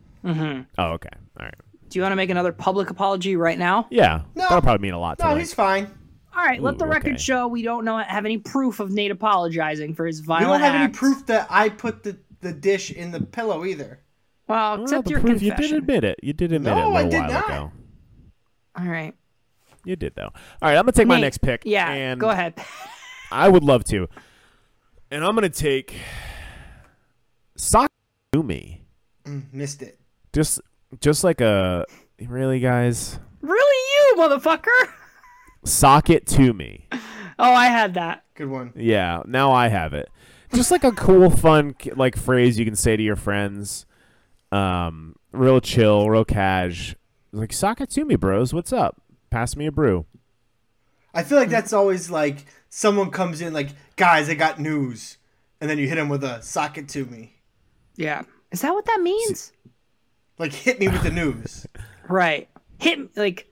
S1: Oh, okay. All right.
S3: Do you want to make another public apology right now?
S1: Yeah.
S2: No.
S1: That'll probably mean a lot to
S2: No,
S1: Link.
S2: he's fine.
S3: All right, let the
S1: Ooh,
S3: record
S1: okay.
S3: show we don't know have any proof of Nate apologizing for his
S2: We
S3: violent.
S2: don't have any
S3: acts.
S2: proof that I put the, the dish in the pillow either.
S3: Well,
S1: Well,
S3: except
S1: the
S3: your
S1: proof- you
S3: confession.
S1: did admit it. You did admit it a
S2: No, I
S1: little
S2: did
S1: while
S2: not.
S1: ago.
S3: All right.
S1: You did though. All right, I'm gonna take my
S3: Nate,
S1: next pick.
S3: Yeah.
S1: and
S3: Go ahead.
S1: I would love to. And I'm gonna take Sakumi.
S2: Missed it.
S1: Just just like a really guys.
S3: really, you motherfucker?
S1: Sock it to me.
S3: Oh, I had that.
S2: Good one.
S1: Yeah, now I have it. Just like a cool, fun like phrase you can say to your friends. Um, real chill, real cash. Like sock it to me, bros. What's up? Pass me a brew.
S2: I feel like that's always like someone comes in like, guys, I got news, and then you hit him with a sock it to me,
S3: Yeah. Is that what that means?
S2: like hit me with the news.
S3: Right. Hit like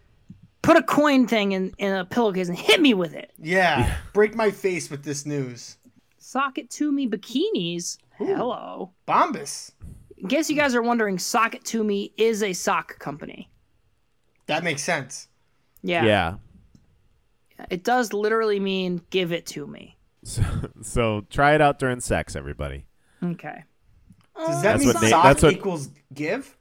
S3: put a coin thing in in a pillowcase and hit me with it.
S2: Yeah, break my face with this news.
S3: Sock it to me bikinis. Hello.
S2: Bombas.
S3: In case you guys are wondering, Sock it to me is a sock company.
S2: That makes sense.
S1: Yeah.
S3: Yeah. It does literally mean give it to me.
S1: So, so try it out during sex, everybody.
S3: Okay.
S2: Does that
S1: That's
S2: mean
S1: what Nate-
S2: sock
S1: that's what-
S2: equals give?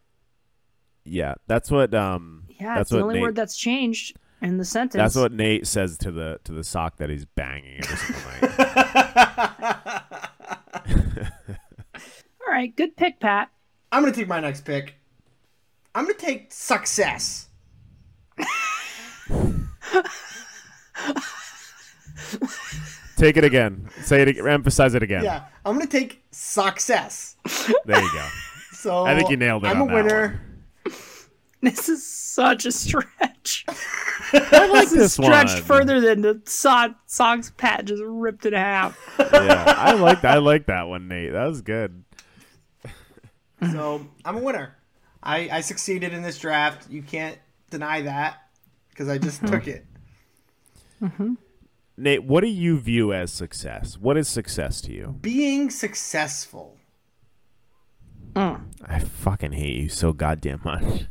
S1: Yeah, that's what. Um,
S3: Yeah,
S1: that's
S3: it's the
S1: what
S3: only
S1: Nate,
S3: word that's changed in the sentence.
S1: That's what Nate says to the to the sock that he's banging every single night.
S3: All right, good pick, Pat.
S2: I'm gonna take my next pick. I'm gonna take success.
S1: Take it again. Say it. ag- Emphasize it again.
S2: Yeah, I'm gonna take success.
S1: There you go.
S2: So
S1: I think you nailed it
S2: I'm
S1: on
S2: a
S1: that
S2: winner.
S3: This is such a stretch.
S1: I like this
S3: Stretched
S1: one.
S3: further than the so- socks Pat just ripped in half.
S1: Yeah, I like I like that one, Nate. That was good.
S2: So I'm a winner. I, I succeeded in this draft. You can't deny that because I just
S1: Mm-hmm.
S2: took it.
S1: Nate, what do you view as success? What is success to you?
S2: Being successful.
S1: I fucking hate you so goddamn much.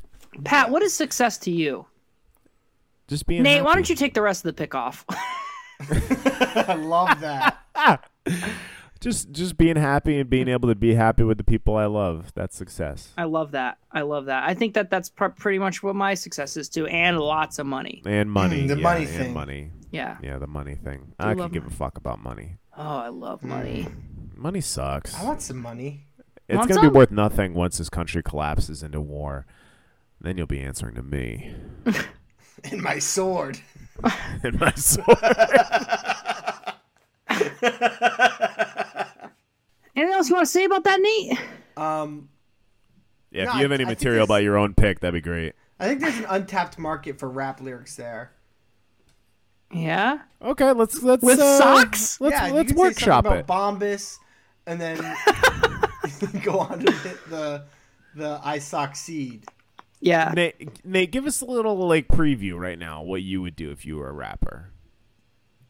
S3: Pat, what is success to you?
S1: Just being
S3: Nate, why
S1: happy.
S3: don't you take the rest of the pick off?
S2: I love that.
S1: just just being happy and being able to be happy with the people I love. That's success.
S3: I love that. I love that. I think that that's pr- pretty much what my success is too, and lots of money.
S1: And money.
S2: Mm, the
S1: yeah,
S2: money
S1: and
S2: thing.
S1: money.
S3: Yeah.
S1: Yeah, the money thing. I, could
S3: love
S1: give a fuck about money.
S3: Oh, I love
S1: Mm.
S3: money.
S1: Money sucks.
S2: I want some money.
S1: It's
S3: Want
S1: going to be
S3: some?
S1: worth nothing once this country collapses into war. Then you'll be answering to me.
S2: and my sword.
S1: in my soul.
S3: Anything else you want to say about that, Nate?
S2: Um,
S1: Yeah,
S2: No,
S1: if
S2: I-
S1: you have any
S2: I think there's-
S1: material about your own pick, that'd be great.
S2: I think there's an untapped market for rap lyrics there.
S3: Yeah.
S1: Okay, let's let's
S3: With
S1: uh,
S3: socks?
S1: Let's
S2: you
S1: let's
S2: can say
S1: workshop
S2: something
S1: it.
S2: about Bombas, and then go on to the the, the I sock seed.
S3: Yeah.
S1: Nate, Nate, give us a little like preview right now. What you would do if you were a rapper?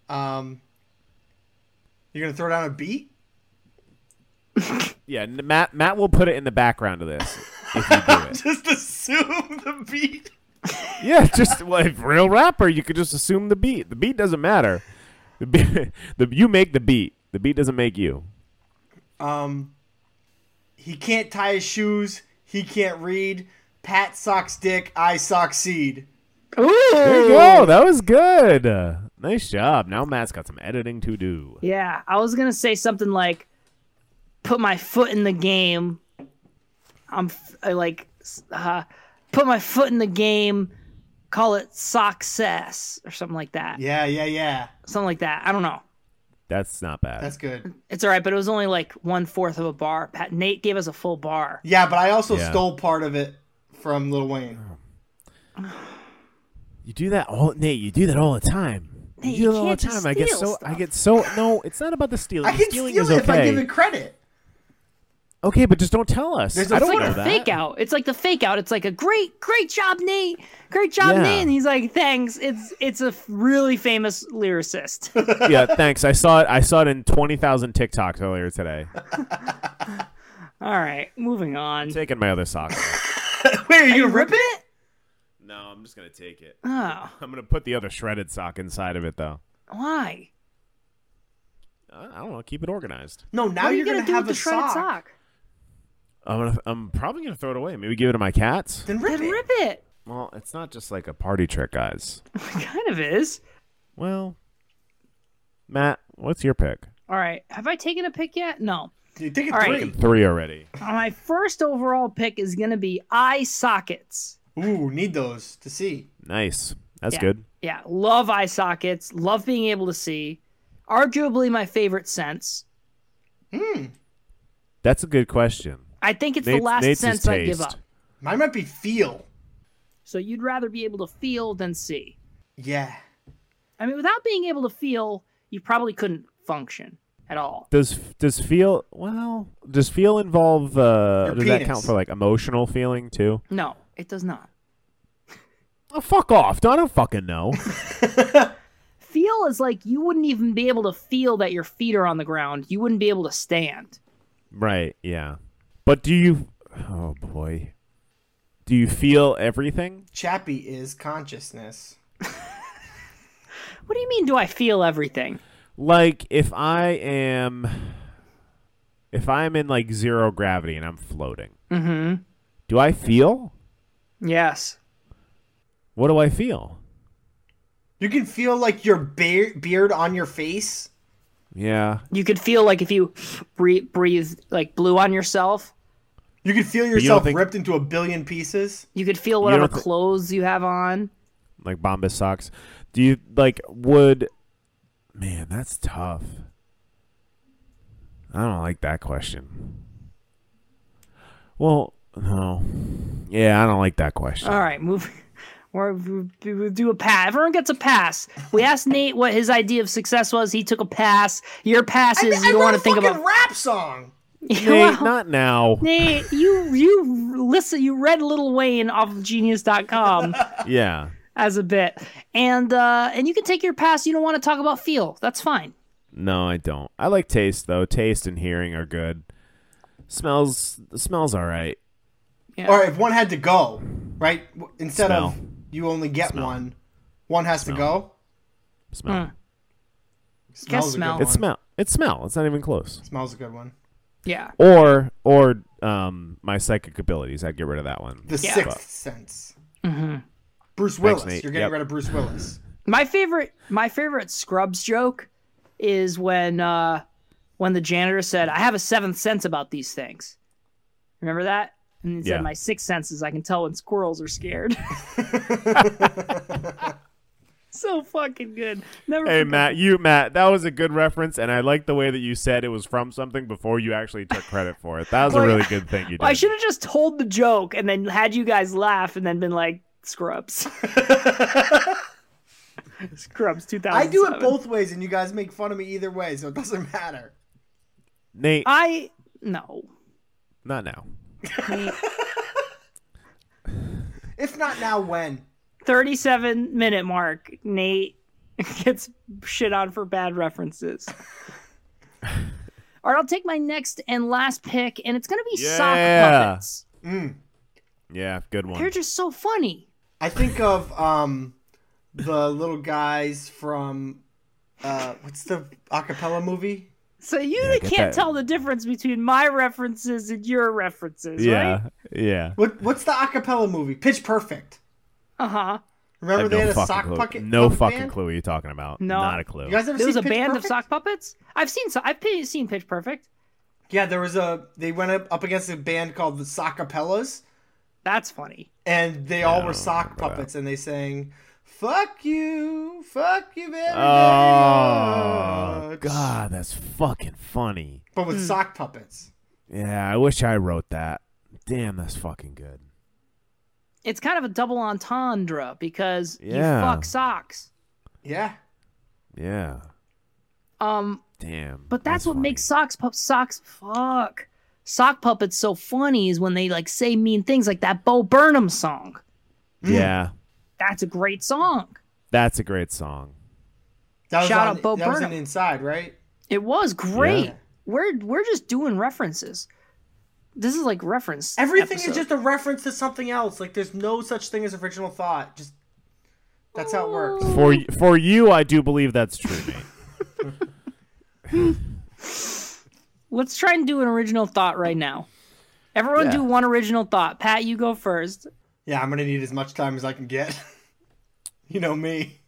S2: Um, you're gonna throw down a beat.
S1: Yeah, n- Matt. Matt will put it in the background of this. if you do it.
S2: Just assume the beat.
S1: Yeah, just well, if real rapper, you could just assume the beat. The beat doesn't matter. The, beat, the you make the beat. The beat doesn't make you.
S2: Um, he can't tie his shoes. He can't read. Pat socks dick. I sock seed.
S3: Ooh.
S1: There you go. That was good. Uh, nice job. Now Matt's got some editing to do.
S3: Yeah, I was gonna say something like, "Put my foot in the game." I'm f- I like, s- uh, put my foot in the game. Call it success or something like that.
S2: Yeah, yeah, yeah.
S3: Something like that. I don't know.
S1: That's not bad.
S2: That's good.
S3: It's all right, but it was only like one fourth of a bar. Pat Nate gave us a full bar.
S2: Yeah, but I also
S1: Yeah.
S2: stole part of it from Lil Wayne.
S1: You do that all, Nate. You do that all the time.
S3: Nate,
S1: you do
S3: you
S1: that all the
S3: can't just
S1: time. I get
S3: steal
S1: so. I
S3: stuff.
S1: get so. No, it's not about the stealing.
S2: I
S1: The
S2: can steal
S1: stealing
S2: it
S1: is
S2: if I
S1: okay.
S2: give it credit.
S1: Okay, but just don't tell us.
S2: There's
S1: I
S2: a
S1: don't
S3: It's
S1: know
S3: like a
S1: that.
S3: fake out. It's like the fake out. It's like a great, great job, Nate. Great job,
S1: Yeah.
S3: Nate. And he's like, thanks. It's it's a f- really famous lyricist.
S1: yeah, thanks. I saw it. I saw it in twenty thousand TikToks earlier today.
S3: all right, moving on.
S1: Taking my other sock. off.
S2: Wait, are you
S3: you
S2: gonna rip
S3: ripping
S2: it?
S1: no, I'm just gonna take it.
S3: Oh,
S1: I'm gonna put the other shredded sock inside of it, though.
S3: why?
S1: I I don't know. Keep it organized.
S2: No,
S3: What
S2: now
S3: are
S2: you're
S3: you
S2: gonna,
S3: do
S2: have
S3: with the
S2: a
S3: shredded
S2: sock.
S3: sock?
S1: I'm gonna. I'm probably gonna throw it away. Maybe give it to my cats.
S2: Then rip
S3: Then
S2: it.
S3: rip it.
S1: Well, it's not just like a party trick, guys.
S3: It kind of is.
S1: Well, Matt, what's your pick?
S3: All right. Have I taken a pick yet? No.
S2: You take it
S3: All right.
S2: three.
S1: Three already.
S3: My first overall pick is going to be eye sockets.
S2: Ooh, need those to see.
S1: Nice. That's
S3: Yeah.
S1: good.
S3: Yeah. Love eye sockets. Love being able to see. Arguably my favorite sense.
S1: That's a good question.
S3: I think it's the
S1: Nate's-
S3: last
S1: Nate's is
S3: sense I give
S1: taste.
S3: up.
S2: Mine might be feel.
S3: So you'd rather be able to feel than see.
S2: Yeah.
S3: I mean, without being able to feel, you probably couldn't function at all.
S1: Does does feel well? Does feel involve? Uh,
S2: Your
S1: does that count
S2: penis.
S1: for like emotional feeling too?
S3: No, it does not.
S1: Oh, fuck off! I don't fucking know.
S3: Feel is like you wouldn't even be able to feel that your feet are on the ground. You wouldn't be able to stand.
S1: right? Yeah. But do you? Oh boy. Do you feel everything?
S2: Chappie is consciousness.
S3: What do you mean, do I feel everything?
S1: Like if I am, if I'm in like zero gravity and I'm floating, mm-hmm. do I feel?
S3: Yes.
S1: What do I feel?
S2: You can feel like your bear- beard on your face.
S1: Yeah.
S3: You could feel like if you breathe, breathe like blew on yourself,
S2: You can feel
S1: don't
S2: yourself
S1: think-
S2: ripped into a billion pieces.
S3: you could feel whatever
S1: don't thi-
S3: clothes you have on.
S1: like Bombas socks. Do you like would? Man, that's tough. I don't like that question. Well, no, yeah, I don't like that question.
S3: All right, move. Or we'll do a pass. Everyone gets a pass. We asked Nate what his idea of success was. He took a pass. Your pass is you
S2: wrote
S3: don't want
S2: a
S3: to think
S2: fucking
S3: about.
S2: rap song.
S1: Nate, not now.
S3: Nate, you you listen. You read Little Wayne off of Genius.com
S1: Yeah,
S3: as a bit, and uh, and you can take your pass. You don't want to talk about feel. That's fine.
S1: no, I don't. I like taste though. Taste and hearing are good. Smells, smells all right.
S3: Yeah.
S2: Or if one had to go, right? W- Instead of
S1: Smell.
S2: you only get one, one has to go.
S1: Smell.
S2: Smells a
S3: smell.
S2: good
S1: It's
S2: one.
S1: smell. It's smell. It's not even close.
S2: Smells a good one.
S3: yeah.
S1: Or or um my psychic abilities. I'd get rid of that one.
S2: The
S3: Yeah. Mm-hmm.
S2: Sixth Sense. Bruce Willis.
S1: Nate.
S2: You're getting
S1: Yep.
S2: rid of Bruce Willis.
S3: My favorite my favorite Scrubs joke is when uh when the janitor said, I have a seventh sense about these things. Remember that? And he
S1: Yeah.
S3: said, "My six senses, I can tell when squirrels are scared." so fucking good. Never.
S1: Hey
S3: forget-
S1: Matt, you Matt, that was a good reference, and I like the way that you said it was from something before you actually took credit for it. That was a
S3: Well,
S1: really good thing you did.
S3: I should have just told the joke and then had you guys laugh and then been like, "Scrubs, Scrubs." Two thousand.
S2: I do it both ways, and you guys make fun of me either way, so it doesn't matter.
S1: Nate,
S3: I no.
S1: not now.
S2: If not now, when?
S3: 37 minute mark, Nate gets shit on for bad references. All right, I'll take my next and last pick, and it's going to be
S1: Yeah.
S3: sock puppets.
S1: Yeah, good one.
S3: They're just so funny.
S2: I think of um, the little guys from uh, what's the acapella movie?
S3: So you
S1: get
S3: can't
S1: that.
S3: tell the difference between my references and your references,
S1: yeah,
S3: right?
S1: yeah.
S2: What what's the acapella movie? Pitch Perfect.
S3: Uh huh.
S1: I
S2: Remember
S1: have
S2: they
S1: no
S2: had a
S1: fucking
S2: sock
S1: clue.
S2: puppet?
S1: no
S2: puppet
S1: fucking
S2: band?
S1: clue what you're talking about.
S3: No.
S1: Not a clue.
S2: You guys ever
S3: There was
S2: seen
S3: a
S2: Pitch
S3: band
S2: Perfect?
S3: of sock puppets. I've seen so I've pe- seen Pitch Perfect.
S2: Yeah, there was a. They went up, up against a band called the Sockapellas,
S3: That's funny.
S2: and they
S1: Oh,
S2: all were sock puppets, and they sang "Fuck you, fuck you very
S1: oh
S2: much,"
S1: God, that's fucking funny.
S2: but
S3: Hmm.
S2: with sock puppets.
S1: Yeah, I wish I wrote that. Damn, that's fucking good.
S3: It's kind of a double entendre because
S1: Yeah.
S3: you fuck socks.
S2: Yeah,
S1: Yeah.
S3: Um,
S1: Damn.
S3: But that's, what
S1: funny.
S3: makes socks pup socks fuck sock puppets so funny is when they like say mean things like that Bo Burnham song. Mm.
S1: Yeah.
S3: That's a great song.
S1: That's a great song.
S2: that was
S3: Shout
S2: on,
S3: out Bo
S2: that was
S3: Burnham.
S2: an inside, right?
S3: It was great.
S1: Yeah.
S3: We're we're just doing references. This is like reference.
S2: Everything
S3: episode.
S2: is just a reference to something else. Like there's no such thing as original thought. Just that's how it works.
S1: For y- for you, I do believe that's true, Nate.
S3: Let's try and do an original thought right now. Everyone
S1: Yeah.
S3: do one original thought. Pat, you go first.
S2: Yeah, I'm gonna need as much time as I can get. you know me.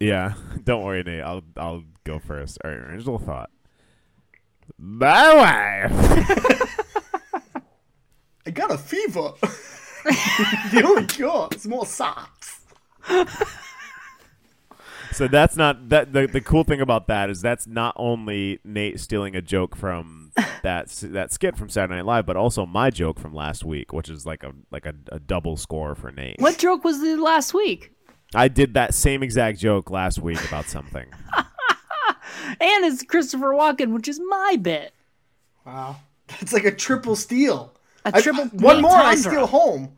S1: yeah. Don't worry, Nate. I'll I'll go first. All right. Original thought. My wife.
S2: I got a fever. the only cure is more socks.
S1: So that's not that the, the cool thing about that is that's not only Nate stealing a joke from that s- that skit from Saturday Night Live, but also my joke from last week, which is like a like a, a double score for Nate.
S3: What joke was the last week?
S1: I did that same exact joke last week about something.
S3: And it's Christopher Walken, which is my bit.
S2: Wow, that's like a triple steal.
S3: A
S2: I-
S3: triple
S2: I- one
S3: meat
S2: more, I
S3: tundra.
S2: steal home.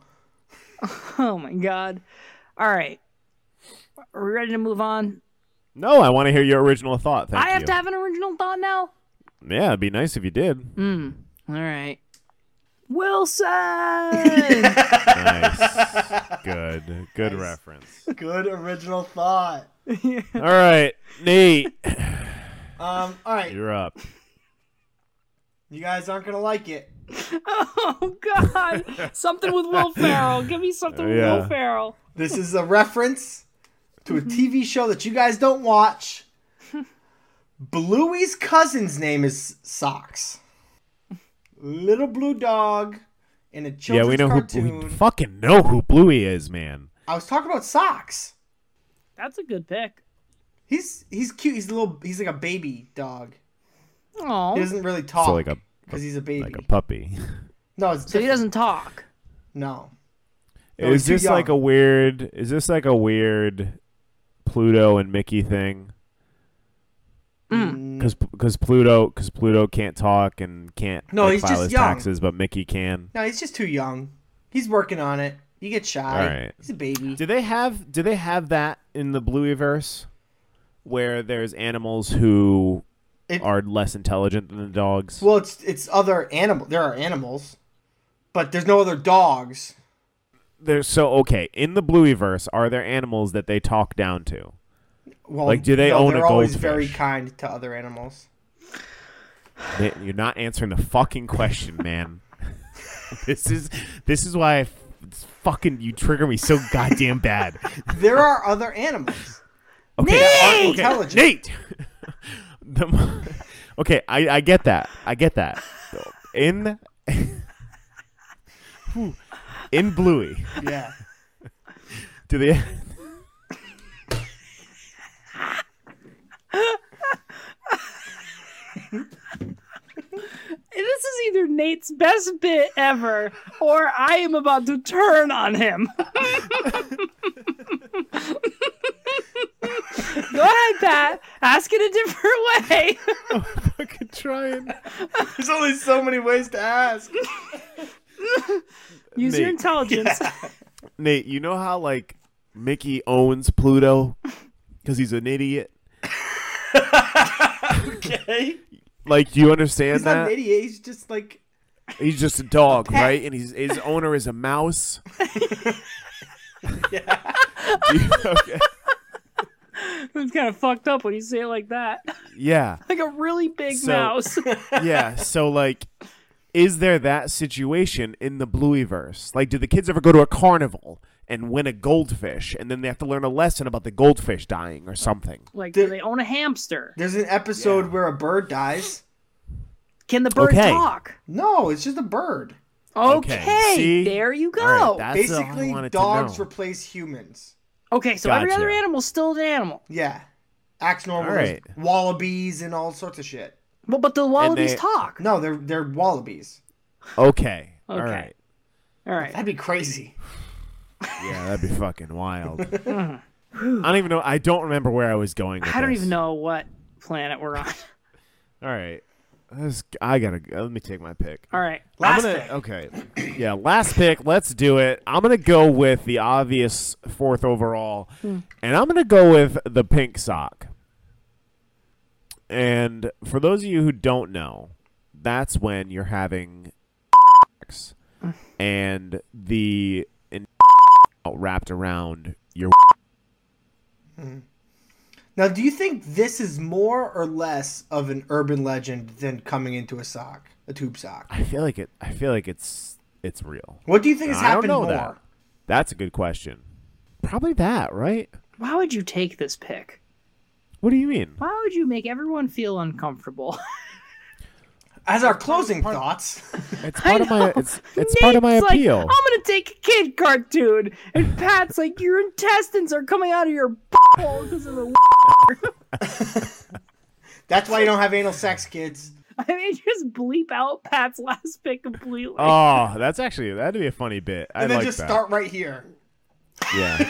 S3: Oh my god. All right. Are we ready to move on?
S1: no, I want to hear your original thought. Thank
S3: I have
S1: you.
S3: to have an original thought now?
S1: yeah, it'd be nice if you did.
S3: All right. Wilson!
S1: Nice. Good. Good reference.
S2: Good original thought.
S1: All right, Nate,
S2: Um, all right,
S1: you're up.
S2: you guys aren't gonna like it.
S3: oh, God. Something with Will Ferrell. Give me something with
S1: Yeah.
S3: Will Ferrell.
S2: This is a reference to a TV show that you guys don't watch. Bluey's cousin's name is Socks. Little blue dog in a
S1: Yeah,
S2: children's
S1: we know
S2: cartoon.
S1: who we fucking know who Bluey is, man.
S2: I was talking about Socks.
S3: That's a good pick.
S2: He's he's cute. He's a little. He's like a baby dog. He
S3: Oh.
S2: doesn't really talk.
S1: So like a
S2: because he's a baby.
S1: like a puppy.
S2: no, it's
S3: So he
S2: different.
S3: doesn't talk.
S2: No. No, he's
S1: is
S2: too
S1: this like
S2: young.
S1: a weird? Is this like a weird Pluto and Mickey thing?
S2: Mm.
S1: Because Pluto because Pluto can't talk and can't
S2: No,
S1: like,
S2: he's
S1: file
S2: just
S1: his
S2: young.
S1: taxes, but Mickey can.
S2: No, he's just too young. He's working on it. You get shy.
S1: All right.
S2: He's a baby.
S1: Do they have do they have that in the Blueyverse where there's animals who
S2: It-
S1: are less intelligent than the dogs?
S2: Well, it's it's other animal. There are animals, but there's no other dogs.
S1: There's so okay, in the Blueyverse are there animals that they talk down to?
S2: Well,
S1: Like, do they
S2: no,
S1: own
S2: They're
S1: a
S2: always
S1: goldfish?
S2: very kind to other animals.
S1: They- you're not answering the fucking question, man. this is this is why I f- it's fucking you trigger me so goddamn bad.
S2: There are other animals.
S1: Okay, uh,
S2: Nate!
S1: okay,
S2: Intelligent.
S1: Nate. The mo- okay, I, I get that. I get that. In Whew. in Bluey.
S2: Yeah.
S1: Do they?
S3: This is either Nate's best bit ever, or I am about to turn on him. Go ahead, Pat. Ask it a different way.
S1: fucking trying.
S2: There's only so many ways to ask.
S3: Use your
S1: Nate.
S3: intelligence.
S1: Nate, you know how like Mickey owns Pluto because he's an idiot.
S2: Okay.
S1: Like, do you understand
S2: He's not
S1: that?
S2: an idiot. He's just like
S1: He's just a dog, right? And he's, his owner is a mouse. yeah. okay.
S3: it's kind of fucked up when you say it like that.
S1: Yeah.
S3: Like a really big
S1: So-
S3: mouse.
S1: Yeah. So like, is there that situation in the Blueyverse? Like, do the kids ever go to a carnival and win a goldfish, and then they have to learn a lesson about the goldfish dying or something?
S3: Like, do they own a hamster?
S2: there's an episode where a bird dies.
S3: Can the bird
S1: Okay.
S3: talk?
S2: No, it's just a bird.
S3: Okay.
S1: see?
S3: There you go.
S1: All right, that's all I
S2: Basically,
S1: wanted to
S2: dogs
S1: know.
S2: replace humans.
S3: okay, so every
S1: Gotcha.
S3: other animal's still an animal.
S2: Yeah. Acts normal.
S1: All right.
S2: There's Wallabies and all sorts of shit.
S3: Well, but the wallabies
S1: they-
S3: talk.
S2: No, they're they're wallabies.
S1: Okay. All
S3: Okay.
S1: right.
S3: All right.
S2: That'd be crazy.
S1: Yeah, that'd be fucking wild. I don't even know. I don't remember where I was going. With
S3: I don't
S1: this.
S3: even know what planet we're on.
S1: All right. This- I gotta. Let me take my pick.
S3: All right.
S2: Last
S1: I'm gonna,
S2: pick.
S1: Okay. Yeah, last pick. Let's do it. I'm going to go with the obvious fourth overall, and I'm going to go with the pink sock. And for those of you who don't know, that's when you're having sex, and the in- wrapped around your.
S2: Now, do you think this is more or less of an urban legend than coming into a sock, a tube sock?
S1: I feel like it. I feel like it's it's real.
S2: What do you think has
S1: I don't
S2: happened
S1: know
S2: more?
S1: that. That's a good question. Probably that, right?
S3: Why would you take this pick?
S1: What do you mean?
S3: Why would you make everyone feel uncomfortable?
S2: As our closing thoughts,
S1: It's part of my.
S3: know.
S1: It's it's part of my
S3: Nate's like, "Oh
S1: appeal.
S3: I'm gonna take a kid cartoon, and Pat's like, your intestines are coming out of your hole because of the.
S2: that's why you don't have anal sex, kids.
S3: I mean, just bleep out Pat's last pick completely.
S1: Oh, that's actually that'd be a funny bit. I
S2: And then
S1: like
S2: just
S1: that.
S2: start right here.
S1: Yeah.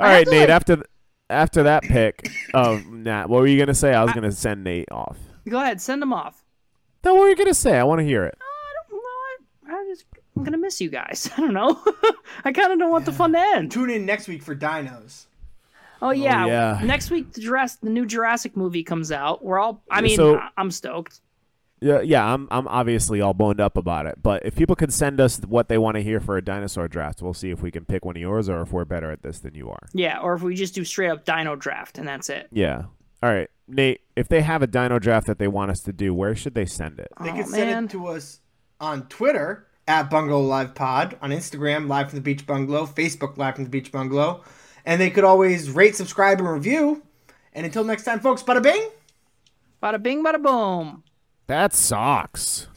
S1: All right, Nate. After th- after that pick, oh, Nat, what were you gonna say? I was gonna send Nate off.
S3: Go ahead, send them off.
S1: No, what were you gonna say? I want to hear it.
S3: I don't know. I, I just, I'm gonna miss you guys. I don't know. I kind of don't want the fun to end.
S2: Tune in next week for dinos.
S3: Oh yeah.
S1: yeah.
S3: Next week, the Jurass the new Jurassic movie comes out. We're all. I mean,
S1: So-
S3: I- I'm stoked.
S1: Yeah, yeah. I'm I'm obviously all boned up about it. But if people could send us what they want to hear for a dinosaur draft, we'll see if we can pick one of yours or if we're better at this than you are.
S3: Yeah. Or if we just do straight up Dino Draft and that's it.
S1: Yeah. All right, Nate. If they have a dino draft that they want us to do, where should they send it?
S2: They
S3: Oh,
S2: can send
S3: man.
S2: it to us on Twitter at Bungalow Live Pod, on Instagram Live from the Beach Bungalow, Facebook Live from the Beach Bungalow, and they could always rate, subscribe, and review. And until next time, folks, bada bing.
S3: Bada bing, bada boom.
S1: That sucks.